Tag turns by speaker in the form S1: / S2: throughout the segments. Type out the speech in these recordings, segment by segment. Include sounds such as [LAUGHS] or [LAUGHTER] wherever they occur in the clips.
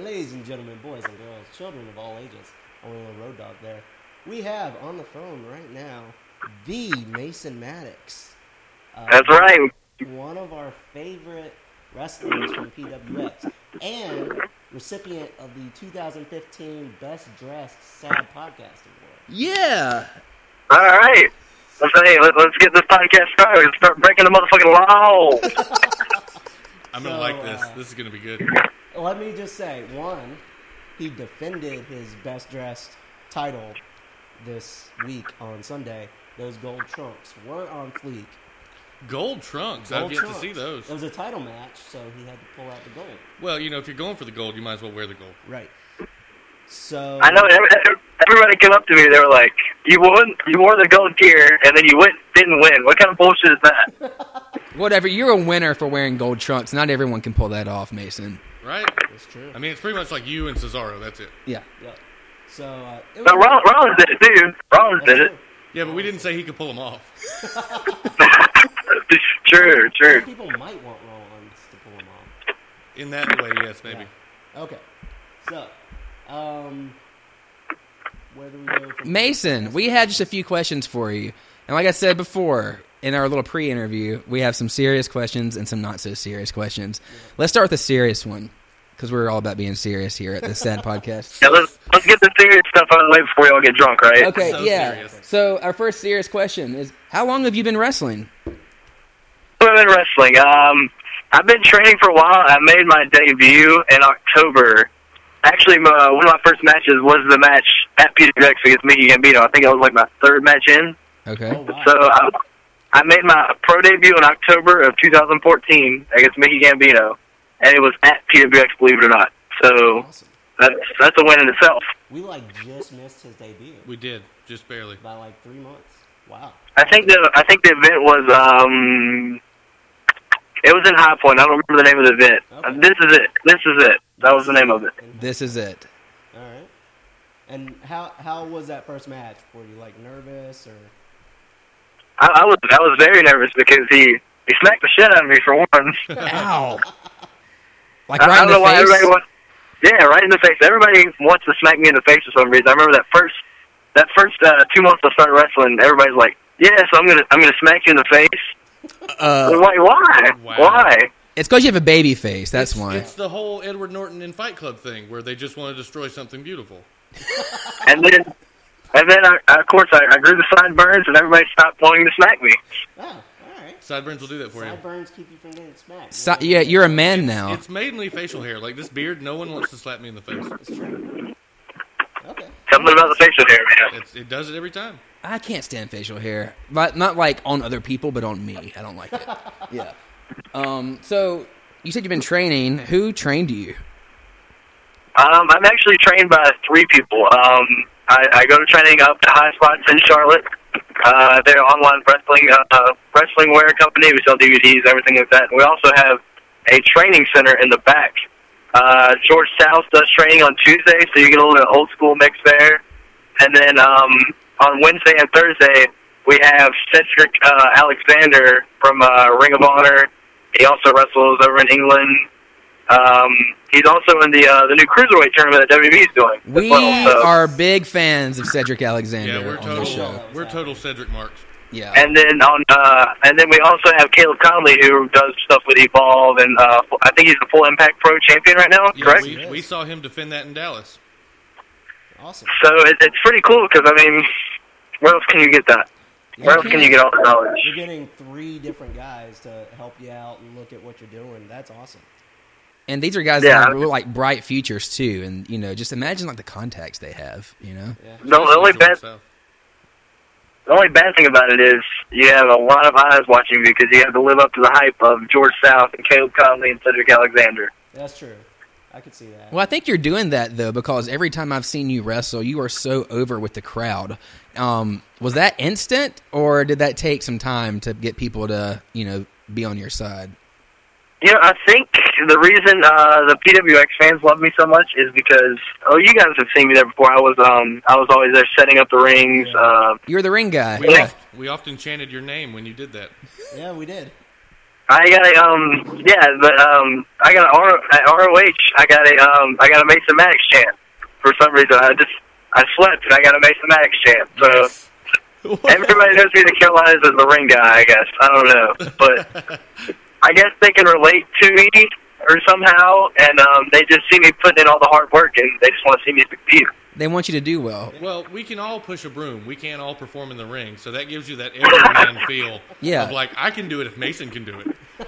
S1: Ladies and gentlemen, boys and girls, children of all ages, only a road dog there. We have on the phone right now the Mason Maddox. Uh,
S2: That's right.
S1: One of our favorite wrestlers from PWX and recipient of the 2015 Best Dressed Sad Podcast Award.
S3: Yeah.
S2: All right. Let's hey, let, let's get this podcast started. Let's start breaking the motherfucking law.
S4: I'm gonna
S1: So,
S4: like this.
S1: uh,
S4: this is gonna be good.
S1: Let me just say, one, he defended his Best Dressed title this week on Sunday. Those gold trunks were on fleek.
S4: Gold trunks. I've
S1: Gold
S4: yet to
S1: trunks.
S4: see those.
S1: It was a title match, so he had to pull out the gold.
S4: Well, you know, if you're going for the gold, you might as well wear the gold.
S1: Right. So
S2: I know every, every- everybody came up to me. They were like, "You won. You wore the gold gear, and then you went didn't win. What kind of bullshit is that?"
S3: Whatever. You're a winner for wearing gold trunks. Not everyone can pull that off, Mason.
S4: Right?
S1: That's true.
S4: I mean, it's pretty much like you and Cesaro. That's it.
S3: Yeah.
S1: Yep. So uh, it
S2: No, Roll- Rollins did it too. Rollins did it.
S4: Yeah, but we didn't say he could pull them off.
S2: sure, sure.
S1: People might want Rollins to pull him off.
S4: In that way, yes, maybe.
S1: Yeah. Okay. So, um, where do we go? From
S3: Mason, we had just a few questions for you. And like I said before, in our little pre interview, we have some serious questions and some not so serious questions. Let's start with the serious one because we're all about being serious here at the
S4: [LAUGHS]
S3: Sad Podcast.
S2: Yeah, let's let's get the serious stuff out of the way before we all get drunk, right?
S3: Okay,
S4: So
S3: yeah.
S4: serious.
S3: So, our first serious question is How long have you been wrestling?
S2: Women wrestling. Um, I've been training for a while. I made my debut in October. Actually, my, one of my first matches was the match at PWX against Mickey Gambino. I think I was like my third match in.
S3: Okay.
S1: Oh, wow.
S2: So I, I made my pro debut in October of 2014 against Mickey Gambino, and it was at PWX, believe it or not. So
S1: awesome.
S2: that's that's a win in itself.
S1: We like just missed his debut
S4: We did, just barely.
S1: by like three months. Wow.
S2: I think the I think the event was um, it was in High Point. I don't remember the name of the event.
S1: Okay.
S2: This is it. This is it. That was the name of it.
S3: This is it.
S1: All right. And how how was that first match? Were you like nervous or?
S2: I, I was I was very nervous because he he smacked the shit out of me for
S3: [LAUGHS]
S2: one.
S3: Ow. Like
S2: I, I
S3: right
S2: don't know why
S3: in the
S2: everybody
S3: face.
S2: wants. Yeah, right in the face. Everybody wants to smack me in the face for some reason. I remember that first that first uh, two months I started wrestling. Everybody's like, "Yeah, so I'm gonna I'm gonna smack you in the face."
S3: Uh,
S2: I'm like, why?
S4: Wow.
S2: Why?
S3: it's because you have a baby face. That's why.
S4: It's the whole Edward Norton and Fight Club thing where they just want to destroy something beautiful.
S2: And then and then I, I, of course I, I grew the sideburns and everybody stopped wanting to smack me.
S1: Oh, all right.
S4: Sideburns will do that for you.
S1: Sideburns keep you from getting smacked.
S3: So- yeah, you're a man now.
S4: It's mainly facial hair. Like this beard, no one wants to slap me in the face.
S1: It's true. Okay.
S2: Something about the facial hair, man.
S4: It's, it does it every time.
S3: I can't stand facial hair, but not like on other people, but on me. I don't
S2: [LAUGHS]
S3: like it. yeah. Um. So you said you've been training. Who trained you?
S2: Um, I'm actually trained by three people. Um, I, I go to training up to High Spots in Charlotte. Uh, they're online wrestling uh, wrestling wear company. We sell DVDs, everything like that. We also have a training center in the back. Uh, George South does training on Tuesday, so you get a little old school mix there. And then um, on Wednesday and Thursday, we have Cedric uh, Alexander from uh, Ring of Honor. He also wrestles over in England. Um, he's also in the uh, the new cruiserweight tournament that WB is doing. as
S3: We
S2: well, so.
S3: are big fans of Cedric Alexander
S4: Yeah, we're
S3: uh, on the show.
S4: total we're total Cedric Marks.
S3: Yeah.
S2: And then on, uh, and then we also have Caleb Conley who does stuff with Evolve, and uh, I think he's the Full Impact Pro champion right now.
S4: Yeah,
S2: correct.
S4: we, we saw him defend that in Dallas.
S1: Awesome.
S2: So it, it's pretty cool because I mean, where else can you get that? Where else can you get all the
S1: You're
S2: knowledge?
S1: getting three different guys to help you out and look at what you're doing. That's awesome.
S3: And these are guys
S2: Yeah.
S3: that have really, like bright futures too. And you know, just imagine like the contacts they have. You know.
S1: Yeah.
S2: The only bad,
S4: So-
S2: the only bad thing about it is you have a lot of eyes watching you because you have to live up to the hype of George South and Caleb Conley and Cedric Alexander.
S1: That's true. I could see that.
S3: Well, I think you're doing that though because every time I've seen you wrestle, you are so over with the crowd. Um, was that instant, or did that take some time to get people to you know be on your side?
S2: You know, I think the reason uh, the PWX fans love me so much is because oh, you guys have seen me there before. I was um, I was always there setting up the rings. Uh,
S3: You're the ring guy.
S4: We,
S2: Yeah.
S3: [LAUGHS]
S4: oft- we often chanted your name when you did that.
S1: yeah, we did.
S2: I got a um yeah, but um I got a R at ROH. I got a um I got a Mason Maddox chant for some reason. I just I slept and I got a Mason Maddox chant. So everybody knows me in the Carolinas as the ring guy. I guess I don't know, but I guess they can relate to me or somehow, and um they just see me putting in all the hard work and they just want to see me succeed.
S3: They want you to do well.
S4: Well, we can all push a broom. We can't all perform in the ring, so that gives you that everyman feel
S3: Yeah.
S4: of like I can do it if Mason can do it.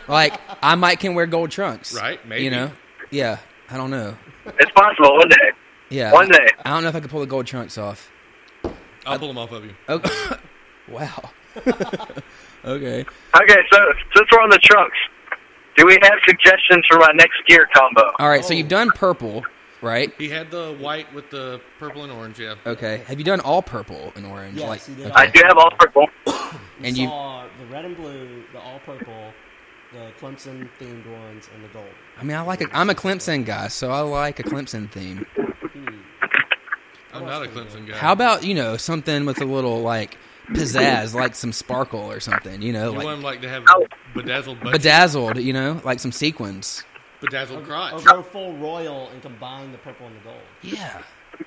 S3: Like I might can wear gold trunks,
S4: Right, maybe.
S3: You know, yeah. I don't know.
S2: It's possible one day.
S3: Yeah,
S2: One day.
S3: I, I don't know if I could pull the gold trunks off.
S4: I'll pull them off of you.
S3: Oh, [LAUGHS] wow. okay.
S2: Okay, so since we're on the trunks, do we have suggestions for my next gear combo?
S3: All right. So you've done purple, right?
S4: He had the white with the purple and orange. Yeah.
S3: Okay. Have you done all purple and orange?
S1: Yes,
S3: like,
S1: he did.
S3: okay.
S2: I do have all purple.
S1: We
S3: And you-
S1: saw the red and blue, the all purple, the Clemson themed ones, and the gold.
S3: I mean, I like. A, I'm a Clemson guy, so I like a Clemson theme.
S1: Hmm.
S4: I'm not a Clemson guy.
S3: How about you know something with a little like pizzazz, like some sparkle or something? You know,
S4: you
S3: like
S4: want him like to have
S2: Ow.
S4: bedazzled, butt-
S3: bedazzled. You know, like some sequins.
S1: Or,
S4: bedazzled crotch.
S1: or go full royal and combine the purple and the gold.
S3: Yeah.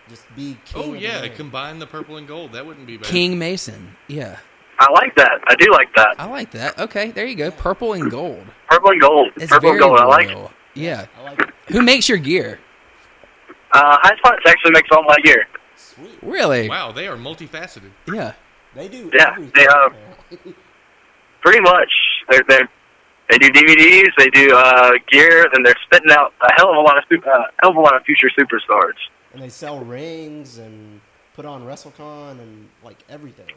S1: Just be king. of
S4: Oh
S1: the
S4: yeah,
S1: ring.
S4: combine the purple and gold. That wouldn't be bad.
S3: King Mason. Yeah.
S2: I like that. I do like that.
S3: I like that. Okay, there you go. Purple and gold.
S2: Purple and gold.
S3: It's
S2: purple
S3: very
S2: and gold. I like. it.
S3: royal. Yeah.
S1: I like it.
S3: Who makes your gear?
S2: Uh, High Spots actually makes all my gear.
S1: Sweet.
S3: Really?
S4: Wow, they are multifaceted.
S3: Yeah.
S1: They do.
S2: Yeah,
S1: everything,
S2: they, uh,
S1: apparently. [LAUGHS]
S2: Pretty much. They're, they're, they do DVDs. They do uh, gear. Then they're spitting out a hell of a lot of su- uh, hell of a lot of future superstars.
S1: and they sell rings and put on WrestleCon and like everything.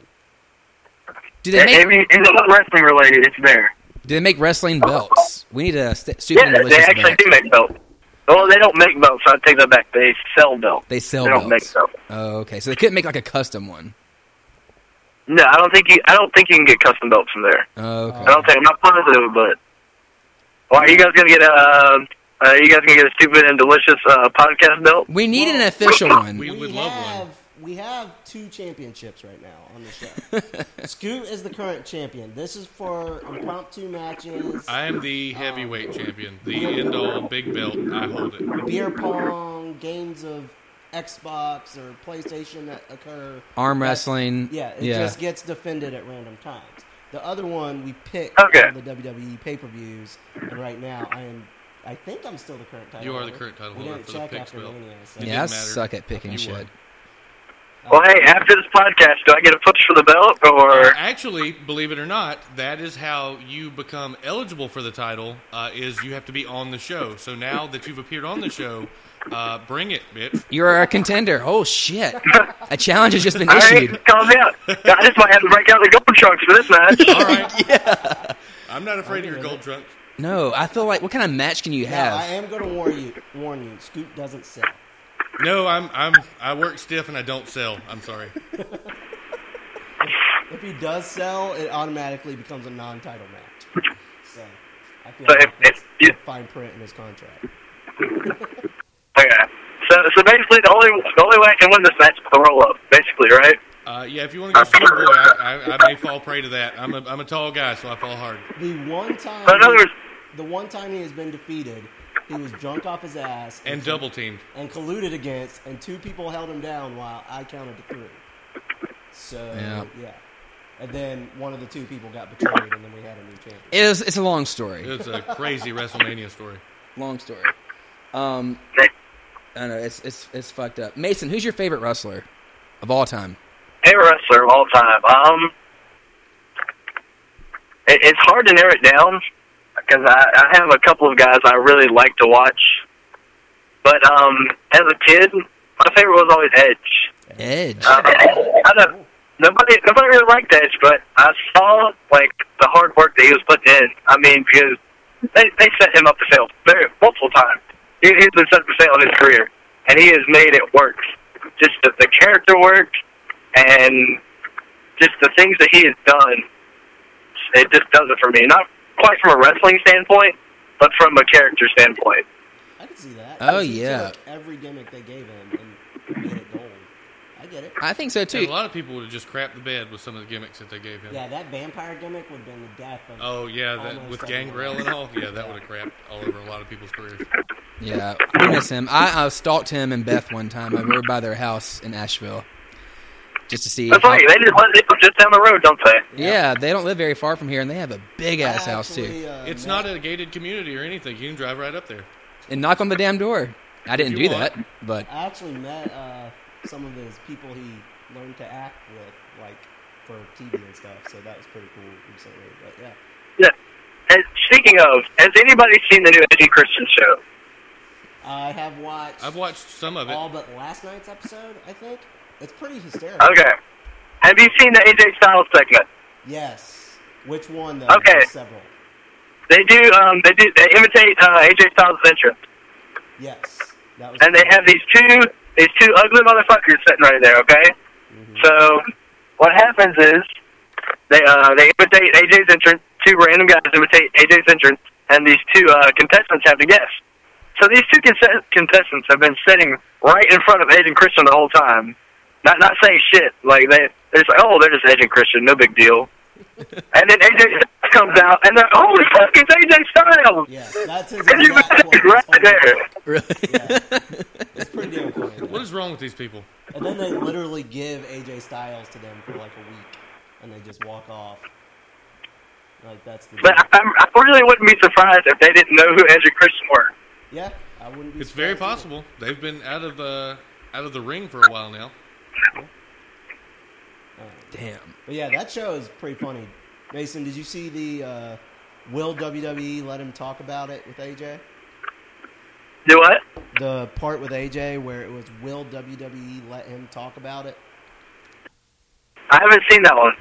S3: Do they make
S2: Any- anything wrestling related, it's there.
S3: Do they make wrestling belts? We need a st- stupid
S2: Yeah, they
S3: delicious
S2: actually
S3: belt.
S2: do make belts. Well, they don't make belts. I take that back. They sell belts.
S3: They sell
S2: They
S3: belts.
S2: don't make belts.
S3: Oh, okay. So they couldn't make like a custom one.
S2: No, I don't think you. I don't think you can get custom belts from there.
S3: Oh, okay.
S2: I don't think I'm not positive, but well, are you guys gonna get a? Uh, are you guys gonna get a stupid and delicious uh, podcast belt?
S3: We need an official one.
S4: We would love one.
S1: have we have two championships right now on the
S4: [LAUGHS]
S1: show. Scoot is the current champion. This is for impromptu matches,
S4: I am the heavyweight champion, the end all big belt. I hold it.
S1: beer pong, games of Xbox or PlayStation that occur.
S3: Arm
S1: That-
S3: wrestling.
S1: Yeah, it
S3: yeah.
S1: just gets defended at random times. The other one we picked
S2: Okay.
S1: from the WWE pay per views, and right now I am. I think I'm still the current title.
S4: You are the
S1: holder.
S4: current title
S1: We
S4: holder
S1: didn't
S4: for the
S1: check
S4: picks
S1: after
S4: belt.
S1: Mania, so-
S4: It
S3: yeah, I
S4: didn't matter.
S3: suck at picking
S4: You
S3: shit.
S4: won.
S2: Well, hey, after this podcast, do I get a push for the belt or?
S4: Actually, believe it or not, that is how you become eligible for the title. Uh, is you have to be on the show. So now that you've appeared on the show, uh, bring it, bitch.
S3: You're a contender.
S1: [LAUGHS]
S3: Oh shit! a challenge has just been
S2: All right,
S3: issued.
S2: calm down. I just might have to break out the gold trunks for this match. [LAUGHS]
S4: All right. yeah. I'm not afraid of your gold trunk.
S3: No, I feel like what kind of match can you
S1: Now, I
S3: have?
S1: am going to warn you. Warn you. Scoot doesn't sell.
S4: No, I'm I'm I work stiff and I don't sell. I'm sorry.
S1: If he does sell, it automatically becomes a non-title match. So I feel
S2: So
S1: like
S2: if-
S1: that's
S2: if you-
S1: a fine print in his contract.
S2: Okay. So, so basically, the only the only way I can win this match is with a roll up, basically, right?
S4: Uh, yeah, if you want to go small boy, I, I, I may fall prey to that. I'm a I'm a tall guy, so I fall hard.
S1: The one time,
S2: So in other words,
S1: the one time he has been defeated, he was drunk off his ass
S4: And double teamed.
S1: and colluded against, and two people held him down while I counted to three. So
S3: Yeah.
S1: yeah. and then one of the two people got betrayed, and then we had a new champion.
S3: It is, it's a long story.
S4: It's a crazy [LAUGHS] WrestleMania story.
S3: Long story. Um, I know it's it's it's fucked up. Mason, who's your favorite wrestler of all time?
S2: favorite wrestler of all time. Um, it, it's hard to narrow it down because I, I have a couple of guys I really like to watch. But um, as a kid, my favorite was always Edge.
S3: Edge.
S2: Um, I don't, nobody, nobody really liked Edge, but I saw like the hard work that he was putting in. I mean, because they they set him up to fail very, multiple times. He, he's been set up to fail in his career, and he has made it work. Just the, the character work and just the things that he has done. It just does it for me. Not quite from a wrestling standpoint, but from a character standpoint.
S1: I can see that.
S3: Oh,
S1: He
S3: yeah.
S1: took every gimmick they gave him and made it gold. I get it.
S3: I think so
S4: And
S3: too.
S4: a lot of people would have just crapped the bed with some of the gimmicks that they gave him.
S1: Yeah, that vampire gimmick would have been the death of.
S4: Oh yeah, that,
S1: Almost
S4: with
S1: everyone.
S4: Gangrel and all. Yeah, that would have crapped all over a lot of people's careers.
S3: Yeah, I miss him. I, I stalked him and Beth one time. I were by their house in Asheville just to see.
S2: That's
S3: how-
S2: right. They just let people just down the road, don't they?
S3: yeah, they don't live very far from here, and they have a big
S1: I
S3: ass house too.
S1: actually, uh,
S4: It's
S1: met-
S4: not a gated community or anything. You can drive right up there.
S3: And knock on the damn door. I didn't
S4: you
S3: do
S4: want.
S3: that, but
S1: I actually met uh, some of his people he learned to act with, like for TV and stuff. So that was pretty cool. Recently, but yeah,
S2: Yeah. And speaking of, has anybody seen the new Eddie Christian show?
S1: I have watched
S4: I've watched some of it.
S1: all but last night's episode. I think it's pretty hysterical.
S2: Okay. Have you seen the AJ Styles segment?
S1: Yes. Which one though?
S2: Okay.
S1: There's Several.
S2: They do. Um, they do. They imitate uh, AJ Styles' entrance,
S1: Yes. That was
S2: and they have these two these two ugly motherfuckers sitting right there. Okay. So what happens is they uh, they imitate AJ's entrance. Two random guys imitate AJ's entrance, and these two uh, contestants have to guess. So these two conse- contestants have been sitting right in front of Edge and Christian the whole time, not not saying shit. Like they they're just like, oh, they're just Edge and Christian, no big deal. and then AJ comes out, and they're holy fuck, it's AJ Styles.
S1: Yes, that's his
S2: And you
S1: exact quote.
S2: [LAUGHS] right
S1: It's
S2: there.
S3: really,
S1: It's pretty damn funny.
S4: What is wrong with these people?
S1: And then they literally give AJ Styles to them for like a week, and they just walk off. Like that's the.
S2: But I, I'm- I really wouldn't be surprised if they didn't know who Edge and Christian were.
S1: yeah, I wouldn't. Be
S4: It's very
S1: surprised
S4: possible they've been out of uh, out of the ring for a while now.
S3: [LAUGHS] damn.
S1: either. But yeah, that show is pretty funny. Mason, did you see the? Uh, Will WWE let him talk about it with AJ?
S2: Do what?
S1: The part with AJ where it was will WWE let him talk about it?
S2: I haven't seen that one.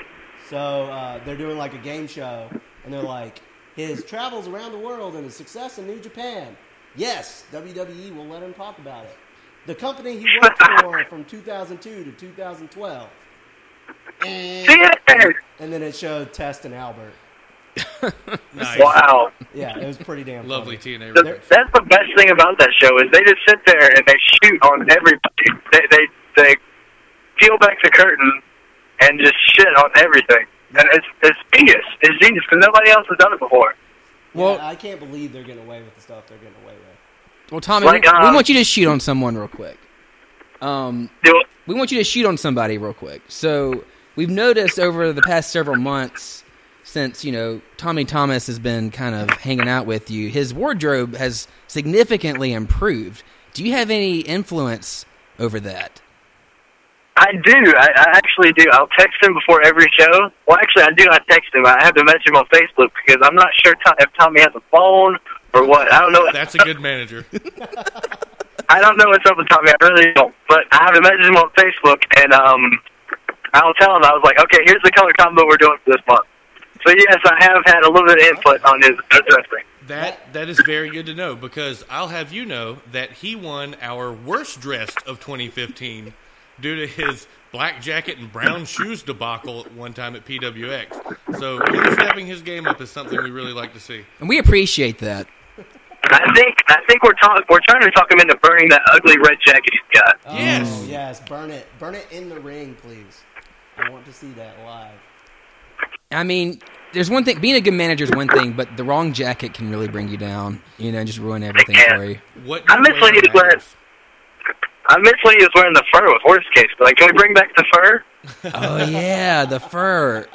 S1: So uh, they're doing like a game show, and they're like, his travels around the world and his success in New Japan. Yes, WWE will let him talk about it. The company he worked for from 2002 to 2012. And,
S2: Shit!
S1: and then it showed Test and Albert.
S4: Nice.
S2: Wow.
S1: Yeah, it was pretty damn funny.
S4: Lovely TNA
S2: The-
S4: reference.
S2: That's the best thing about that show is they just sit there and they shoot on everybody. They they they peel back the curtain and just shit on everything. And it's it's genius. It's genius because nobody else has done it before.
S3: Well,
S1: Yeah, I can't believe they're getting away with the stuff they're getting away with.
S3: well, Tommy,
S2: Like,
S3: we, we
S2: um,
S3: want you to shoot on someone real quick. Um,
S2: Do it.
S3: we want you to shoot on somebody real quick. So we've noticed over the past several months, since you know Tommy Thomas has been kind of hanging out with you, his wardrobe has significantly improved. Do you have any influence over that?
S2: I do. I, I actually do. I'll text him before every show. Well, actually, I do not text him. I have to message him on Facebook because I'm not sure Tom, if Tommy has a phone or what. I don't know.
S4: That's a good manager.
S2: I don't know what's up with Tommy. I really don't. But I have a message him on Facebook, and um, I'll tell him. I was like, okay, here's the color combo we're doing for this month. So yes, I have had a little bit of input on his dressing.
S4: That that is very good to know because I'll have you know that he won our worst dressed of 2015 due to his black jacket and brown shoes debacle at one time at PWX. So him stepping his game up is something we really like to see.
S3: And we appreciate that.
S2: I think I think we're talk, we're trying to talk him into burning that ugly red jacket he's got.
S1: Oh,
S4: Yes.
S1: Yes, burn it. Burn it in the ring, please. I want to see that live.
S3: I mean, there's one thing being a good manager is one thing, but the wrong jacket can really bring you down, you know, and just ruin everything
S2: can.
S3: for you.
S4: What
S2: I'm
S4: you wear
S2: misleading his
S4: matters.
S2: words. I miss when he was wearing the fur with horse case. Like, can we bring back the fur?
S3: Oh yeah, the fur.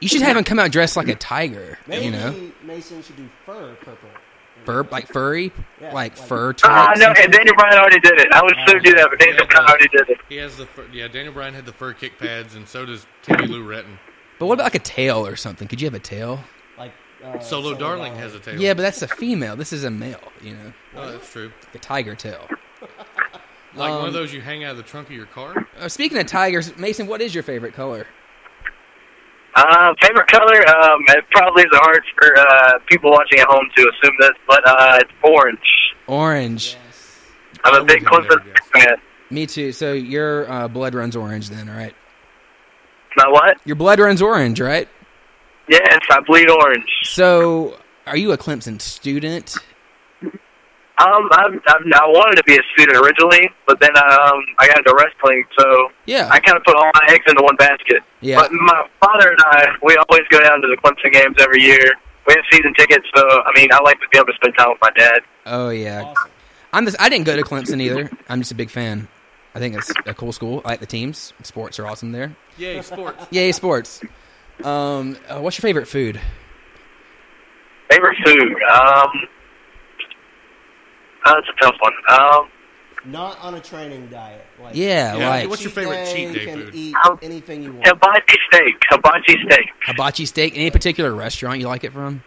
S3: You should have him come out dressed like a tiger,
S1: Maybe
S3: you know,
S1: Mason should do fur purple.
S3: fur like furry,
S1: Yeah,
S3: like
S1: like-
S3: fur.
S2: Ah,
S3: tights
S2: no,
S3: and-
S2: and Daniel Bryan already did it. I would still do that, but Daniel Bryan already did it.
S4: He has the fur, yeah. Daniel Bryan had the fur kick pads, and so does Timmy Lou Retton.
S3: But what about like a tail or something? Could you have a tail?
S1: Like uh,
S4: Solo Darling has a tail.
S3: Yeah, but that's a female. This is a male, you know,
S4: oh, that's true.
S3: a tiger tail.
S4: Like one of those you hang out of the trunk of your car.
S3: Uh, speaking of tigers, Mason, what is your favorite color?
S2: Uh, favorite color? Um, it probably is hard for uh, people watching at home to assume this, but uh, it's orange.
S3: Orange.
S1: Yes.
S2: I'm a big
S4: I wouldn't
S2: Clippers
S4: have never
S2: fan.
S3: Me too. So your uh, blood runs orange, then, all right?
S2: My what?
S3: Your blood runs orange, right?
S2: Yes, I bleed orange.
S3: So, are you a Clemson student?
S2: Um, I've, I've, I wanted to be a student originally, but then um, I got into wrestling, so
S3: Yeah.
S2: I kind of put all my eggs into one basket.
S3: Yeah.
S2: But my father and I, we always go down to the Clemson games every year. We have season tickets, so I mean, I like to be able to spend time with my dad.
S3: Oh yeah.
S1: Awesome.
S3: I'm just I didn't go to Clemson either. I'm just a big fan. I think it's a cool school. I like the teams. Sports are awesome there.
S4: Yay, sports.
S3: Yay, sports. Um, uh, what's your favorite food?
S2: Favorite food? Um, uh, that's a tough one. Um,
S1: Not on a training diet. Like,
S3: Yeah,
S4: Yeah,
S3: like
S4: what's your favorite cheat day
S1: can
S4: food?
S1: Eat
S2: Um,
S1: anything you want.
S2: hibachi steak. Hibachi steak.
S3: hibachi steak. Any particular restaurant you like it from?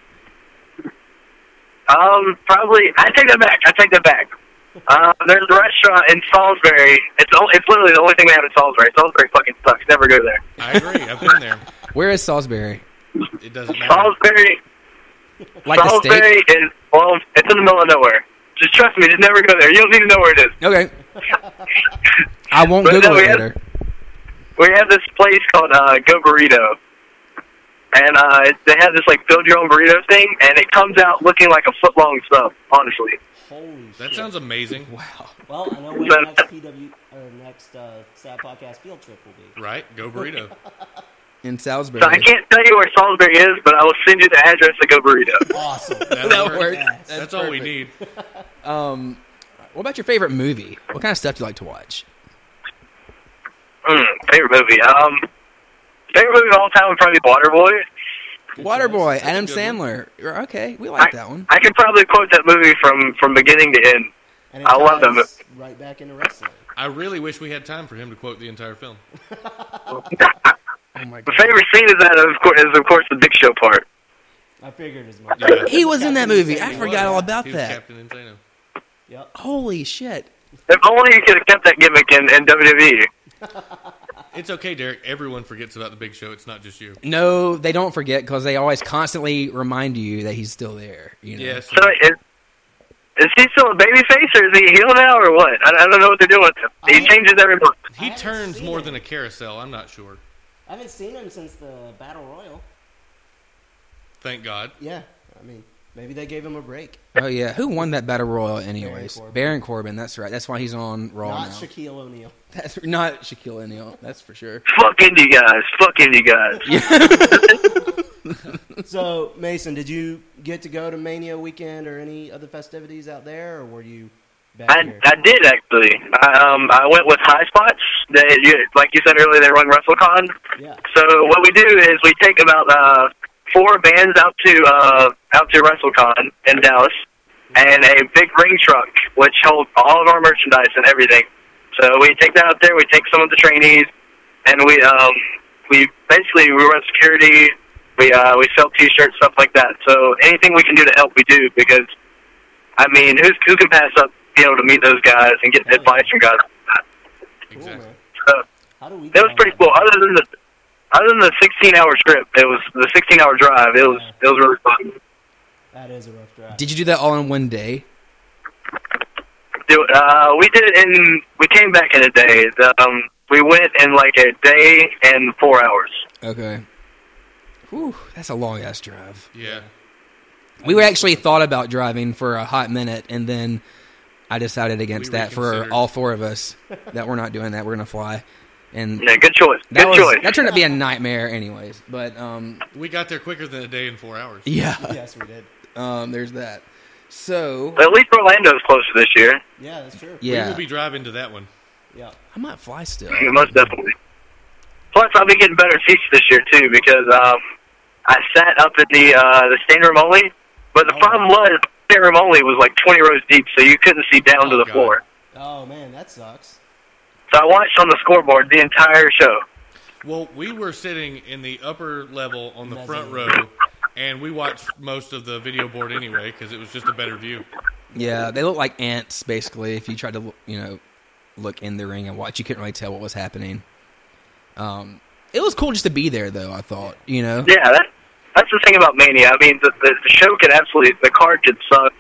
S2: Um, probably. I take that back. I take that back. Um, there's a restaurant in Salisbury. It's o- it's literally the only thing we have in Salisbury. Salisbury fucking sucks. Never go there.
S4: I agree. I've been there.
S3: Where is Salisbury?
S4: It doesn't matter.
S2: Salisbury.
S3: Like the steak?
S2: Salisbury is well, it's in the middle of nowhere. Just trust me. Just never go there. You don't need to know where it is.
S3: Okay. I won't
S2: But
S3: Google
S2: no,
S3: it
S2: we have-
S3: later.
S2: We have this place called uh, Go Burrito, and uh, it, they have this like build your own burrito thing, and it comes out looking like a foot long sub. Honestly,
S1: Holy
S4: That
S1: shit.
S4: sounds amazing,
S3: Wow.
S1: well, I know where the
S2: But-
S1: next PW or next uh, Sad Podcast field trip will be.
S4: right? Go burrito.
S3: In Salisbury.
S2: so I can't tell you where Salisbury is, but I will send you the address to Go Burrito. [LAUGHS]
S1: Awesome.
S4: That'll
S3: That
S4: work.
S3: works.
S1: That's
S4: That's, all we
S3: perfect.
S4: need.
S3: Um, what about your favorite movie? What kind of stuff do you like to watch?
S2: Mm, favorite movie? Um, favorite movie of all time would probably be Waterboy.
S3: Waterboy,
S4: That's a
S3: Adam
S4: good one.
S3: Sandler. Okay, we like that one.
S2: I could probably quote that movie from from beginning to end.
S1: And
S2: I love them.
S1: ties Right back into wrestling.
S4: I really wish we had time for him to quote the entire film.
S3: Oh my
S2: My favorite scene is that of course is of course the Big Show part.
S1: I figured as much.
S4: Yeah.
S3: He was in that movie. I
S1: He
S3: forgot all about
S4: He was
S3: that.
S4: Captain Insano.
S1: Yep.
S3: Holy shit.
S2: If only you could have kept that gimmick in, E. in WWE.
S4: It's okay, Derek. Everyone forgets about the big show. It's not just you.
S3: No, they don't forget because they always constantly remind you that he's still there. You know?
S4: Yes.
S2: So is, is he still a babyface or is he heel now or what? I, I don't know what they're doing with him. He
S1: I-
S2: changes every month.
S1: I
S4: He
S1: haven't
S4: turns
S1: seen
S4: more
S1: it.
S4: than a carousel. I'm not sure.
S1: I haven't seen him since the Battle Royal.
S4: Thank God.
S1: Yeah. I mean, maybe they gave him a break.
S3: Oh yeah. Who won that battle royal, anyways? Baron Corbin.
S1: Corbin.
S3: That's right. That's why he's on
S4: Oh,
S3: Raw
S1: Not
S3: now.
S1: Shaquille O'Neal.
S3: [LAUGHS] that's not Shaquille O'Neal. That's for
S1: [LAUGHS]
S3: sure.
S2: Fuck indie guys. Fuck indie guys.
S1: So, Mason, did you get to go to Mania weekend or any other festivities out there, or were you back
S2: I,
S1: here?
S2: I did actually. I, um, I went with High Spots. They, you- like you said earlier, they run WrestleCon.
S1: yeah.
S2: So what we do is we take about uh, four bands out to uh, out to WrestleCon in Dallas, and a big ring truck which holds all of our merchandise and everything. So we take that out there. We take some of the trainees, and we um, we basically we run security. We uh, we sell T-shirts, stuff like that. So anything we can do to help, we do because I mean, who's who can pass up being able to meet those guys and get advice from guys?
S1: Cool,
S4: Exactly.
S1: man.
S2: So
S1: How do we?
S2: it
S1: get
S2: was
S1: on
S2: pretty
S1: that?
S2: cool. Other than the other than the sixteen hour trip, it was the sixteen hour drive. It was it was really fun.
S1: That is a rough drive.
S3: Did you do that all in one day?
S2: Do uh, we did it in we came back in a day. The, Um, we went in like a day and four hours.
S3: Okay. Whew, that's a long ass drive.
S4: Yeah.
S3: We were actually thought about driving for a hot minute, and then I decided against
S4: We
S3: that for
S4: reconsidered.
S3: all four of us that we're not doing that. We're gonna fly, and
S2: Yeah, good choice. Good
S3: that was
S2: choice.
S3: that turned out to be a nightmare, anyways. But um,
S4: We got there quicker than a day and four hours.
S3: yeah,
S1: Yes, we did.
S3: um, there's that. So
S2: But at least Orlando's closer this year.
S1: Yeah, that's true.
S4: We will
S3: yeah,
S4: be driving to that one.
S1: Yeah.
S3: I might fly still.
S2: Yeah, most definitely. Plus, I'll be getting better seats this year too because um, I sat up at the uh, the standing room only. But the
S1: Oh.
S2: problem was the standing room only was like twenty rows deep, so you couldn't see down
S4: Oh,
S2: to the
S4: God.
S2: floor.
S1: Oh man, that sucks.
S2: So I watched on the scoreboard the entire show.
S4: Well, we were sitting in the upper level on the front row,
S1: Mezzanine.
S4: and we watched most of the video board anyway because it was just a better view.
S3: Yeah, they look like ants basically. If you tried to you know look in the ring and watch, you couldn't really tell what was happening. Um, it was cool just to be there, though. I thought you know.
S2: Yeah, that, that's the thing about Mania. I mean, the, the, the show could absolutely, the card could suck.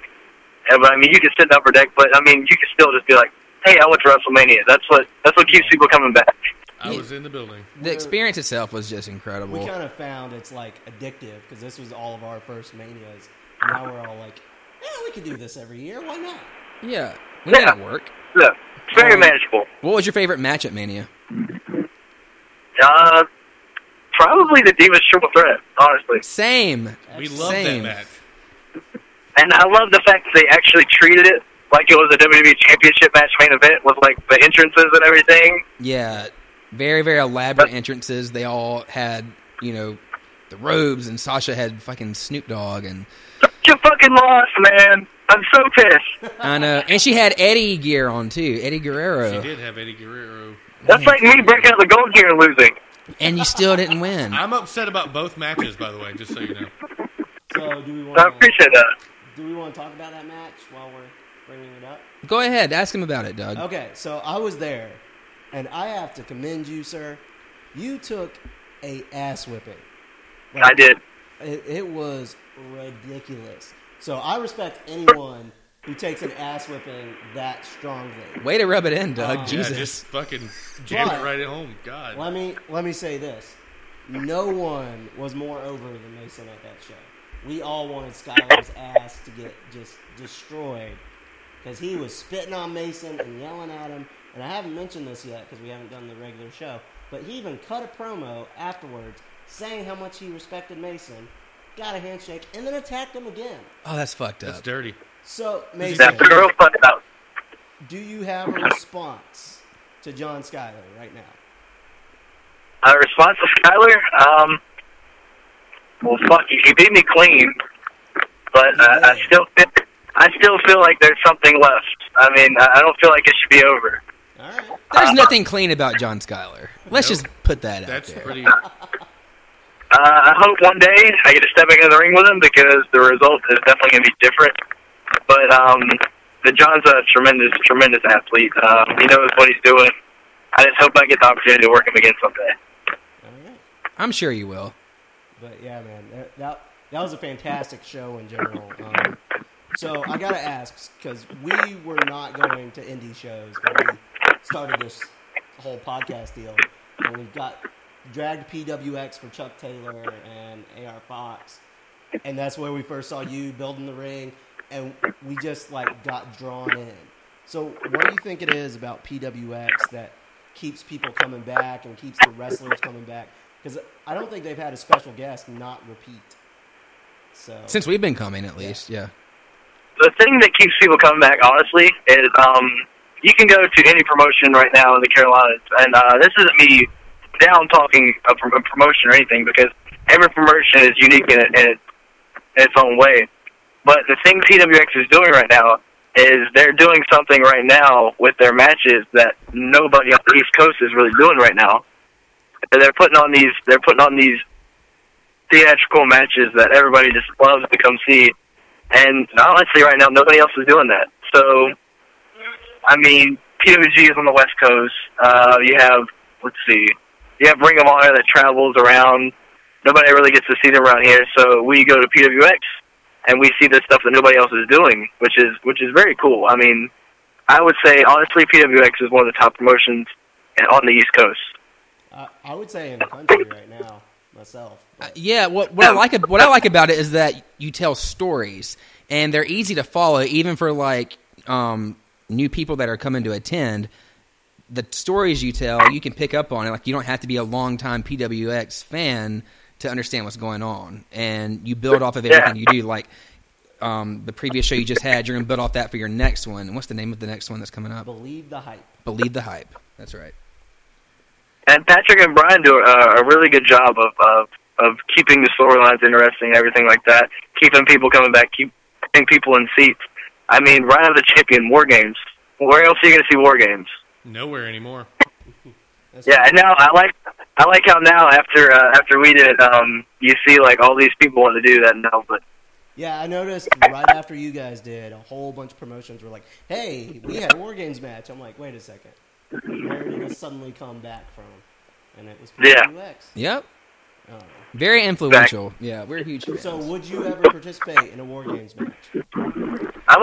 S2: And, I mean, you could sit in upper deck, but I mean, you could still just be like, "Hey, I went to WrestleMania." That's what that's what keeps people coming back.
S4: I was in the building.
S3: The experience itself was just incredible.
S1: We kind of found it's like addictive because this was all of our first manias. Now we're all like, yeah, we could do this every year. Why not?
S3: Yeah, we know
S2: Yeah.
S3: how to work.
S2: Yeah, it's very
S3: Um,
S2: manageable.
S3: What was your favorite match at Mania?
S2: Uh, probably the Divas Triple Threat, honestly.
S3: Same.
S4: We love
S3: Same.
S4: that match.
S2: And I love the fact that they actually treated it like it was a WWE Championship match main event with like the entrances and everything.
S3: Yeah, very very elaborate entrances. They all had you know the robes, and Sasha had fucking Snoop Dogg, and
S2: You fucking lost, man. I'm so pissed.
S3: I know, and she had Eddie gear on too, Eddie
S4: She
S3: Guerrero,
S4: did have Eddie Guerrero.
S2: That's like me breaking out the gold gear and losing.
S3: and you still didn't win.
S4: I'm upset about both matches, by the way, just so you
S3: [LAUGHS]
S4: know.
S1: So do we
S2: So I
S1: want to
S2: appreciate that.
S1: do we want to talk about that match while we're bringing it up?
S3: Go ahead, ask him about it, Doug.
S4: Oh.
S1: Okay, so I was there, and I have to commend you, sir. You took a ass whipping.
S2: I did.
S1: It, it was ridiculous. So I respect anyone who takes an ass whipping that strongly.
S3: Way to rub it in, Doug.
S1: Um,
S4: Oh, Yeah,
S3: Jesus.
S4: just fucking jam it
S1: Why?
S4: right at home. God.
S1: Let me let me say this: no one was more over than Mason at that show. We all wanted Skyler's ass to get just destroyed because he was spitting on Mason and yelling at him. And I haven't mentioned this yet because we haven't done the regular show, but he even cut a promo afterwards saying how much he respected Mason, got a handshake, and then attacked him again.
S3: oh, that's fucked up.
S4: That's dirty.
S1: So
S2: That
S1: Mason,
S2: girl fucked up.
S1: do you have a response to John Skyler right now?
S2: Uh, response to Skyler? Um, well, fuck you. He beat me clean, but uh, I still feel, I still feel like there's something left. I mean, I I don't feel like it should be over.
S1: All right.
S3: There's nothing clean about John Schuyler. Let's
S4: Nope.
S3: just put that out
S4: That's
S3: there.
S4: pretty.
S2: Uh, I hope one day I get to step back in the ring with him because the result is definitely going to be different. But um, the John's a tremendous, tremendous athlete. Um, he knows what he's doing. I just hope I get the opportunity to work him again someday.
S1: All right.
S3: I'm sure you will.
S1: But yeah, man, that that, that was a fantastic show in general. Um, so I gotta ask because we were not going to indie shows when we started this whole podcast deal, and we've got dragged PWX for Chuck Taylor and AR Fox, and that's where we first saw you building the ring, and we just like got drawn in. So what do you think it is about PWX that keeps people coming back and keeps the wrestlers coming back? Because I don't think they've had a special guest not repeat. So
S3: Since we've been coming, at least, yeah.
S2: the thing that keeps people coming back, honestly, is um, you can go to any promotion right now in the Carolinas, and uh, this isn't me down talking a, prom- a promotion or anything because every promotion is unique in, it, in, it, in its own way. But the thing PWX is doing right now is they're doing something right now with their matches that nobody on the East Coast is really doing right now. And they're putting on these they're putting on these theatrical matches that everybody just loves to come see. And honestly, right now, nobody else is doing that. So, I mean, PWG is on the West Coast. Uh, you have, let's see, you have Ring of Honor that travels around. Nobody really gets to see them around here. So we go to PWX and we see this stuff that nobody else is doing, which is which is very cool. I mean, I would say honestly, PWX is one of the top promotions on the East Coast.
S1: I, I would say in the country right now myself.
S3: Uh, yeah, what, what I like ab- what I like about it is that you tell stories and they're easy to follow, even for like um, new people that are coming to attend. The stories you tell, you can pick up on it. Like you don't have to be a longtime PWX fan to understand what's going on, and you build off of everything you do. Like um, the previous show you just had, you're going to build off that for your next one. And what's the name of the next one that's coming up?
S1: Believe the hype.
S3: Believe the hype. That's right.
S2: And Patrick and Brian do a, a really good job of, of of keeping the storylines interesting and everything like that, keeping people coming back, keep- keeping people in seats. I mean, Ryan of the Champion, War Games. Where else are you going to see War Games?
S4: Nowhere anymore.
S1: That's
S2: Yeah, and now I like I like how now after uh, after we did it, um, you see like all these people want to do that now, but
S1: Yeah, I noticed right after you guys did, a whole bunch of promotions were like, "Hey, we had a War Games match." I'm like, "Wait a second, where did this suddenly come back from?" And it was
S2: Yeah.
S1: PWX.
S3: Yep.
S1: Oh.
S3: Very influential. Yeah, we're huge fans.
S1: So, would you ever participate in a War Games match?
S2: I'm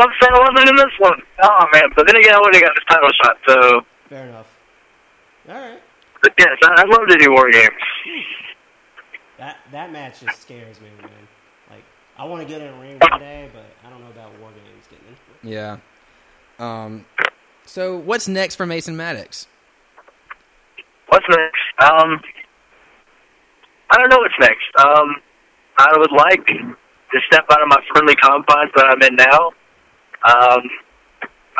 S2: upset I wasn't in this one. Oh man! But then again, I would have got this title shot. So
S1: Fair enough. All right,
S2: but yes, I, I'd love to do War Games.
S1: that that match just scares me, man. Like, I want to get in a ring one day, but I don't know about War Games getting in.
S3: Yeah. Um, so what's next for Mason Maddox?
S2: What's next? Um, I don't know what's next. Um, I would like to step out of my friendly confines that I'm in now. Um,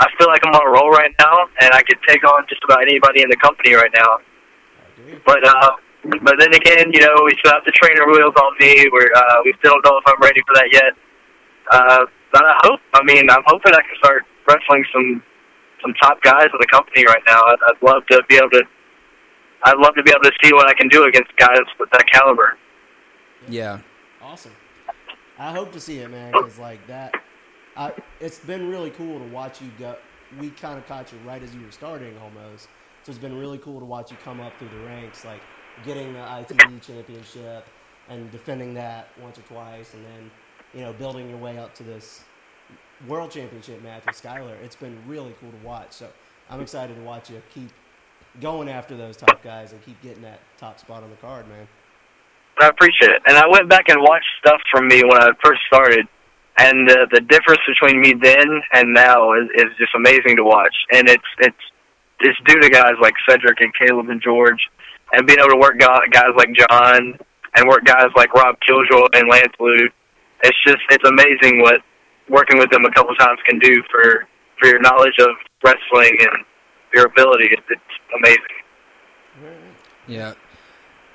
S2: I feel like I'm on a roll right now, and I could take on just about anybody in the company right now.
S1: I agree.
S2: But uh, but then again, you know, we still have the trainer wheels on me. We're uh, we still don't know if I'm ready for that yet. Uh, but I hope. I mean, I'm hoping I can start wrestling some some top guys in the company right now. I'd, I'd love to be able to. I'd love to be able to see what I can do against guys with that caliber.
S3: Yeah.
S1: Awesome. I hope to see it, man, because like that, I it's been really cool to watch you go. We kind of caught you right as you were starting, almost. So it's been really cool to watch you come up through the ranks, like getting the ITV championship and defending that once or twice, and then you know building your way up to this world championship match with Skylar. It's been really cool to watch. So I'm excited to watch you keep going after those top guys and keep getting that top spot on the card, man.
S2: I appreciate it. And I went back and watched stuff from me when I first started, and the the difference between me then and now is, is just amazing to watch. And it's it's it's due to guys like Cedric and Caleb and George, and being able to work go- guys like John and work guys like Rob Kiljoy and Lance Lude. It's just it's amazing what working with them a couple times can do for for your knowledge of wrestling and your ability. It's, it's amazing.
S1: All right.
S3: Yeah.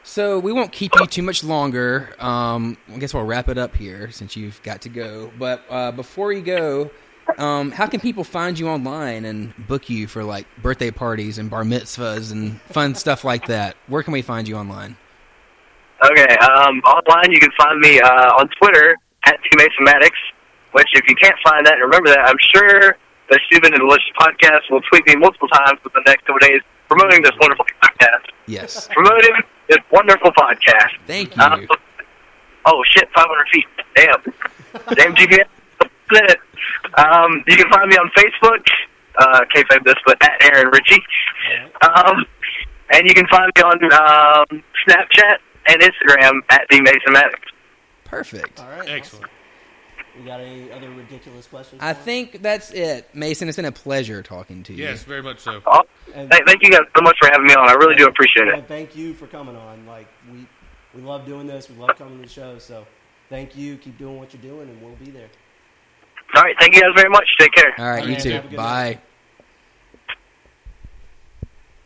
S3: So we won't keep you too much longer. Um, I guess we'll wrap it up here since you've got to go. But uh, before you go, um, how can people find you online and book you for like birthday parties and bar mitzvahs and fun stuff like that? Where can we find you online?
S2: Okay. Um, online, you can find me uh, on Twitter at Maddox. Which, if you can't find that, and remember that. I'm sure the Stupid and Delicious podcast will tweet me multiple times for the next couple days promoting this wonderful podcast.
S3: Yes.
S2: Promoting this wonderful podcast.
S3: Thank
S2: Uh,
S3: you.
S2: oh shit! 500 feet. Damn. Damn GPS. Um, you can find me on Facebook, uh, kayfabe this, but at Aaron Ritchie. Um, and you can find me on um, Snapchat and Instagram at the Mason Maddox.
S3: Perfect.
S1: All right. awesome.
S4: Excellent.
S1: We got any other ridiculous questions?
S3: I
S1: for him?
S3: think that's it, Mason. It's been a pleasure talking to you.
S4: Yes, very much so.
S2: Oh,
S1: And,
S2: Thank, thank you guys so much for having me on. I really do appreciate it.
S1: and thank you for coming on. Like we, we love doing this. We love coming to the show. So thank you. Keep doing what you're doing, and we'll be there.
S2: All right. Thank you guys very much. Take care.
S3: All right, you
S1: Okay,
S3: too.
S1: have a good
S3: Bye.
S1: night.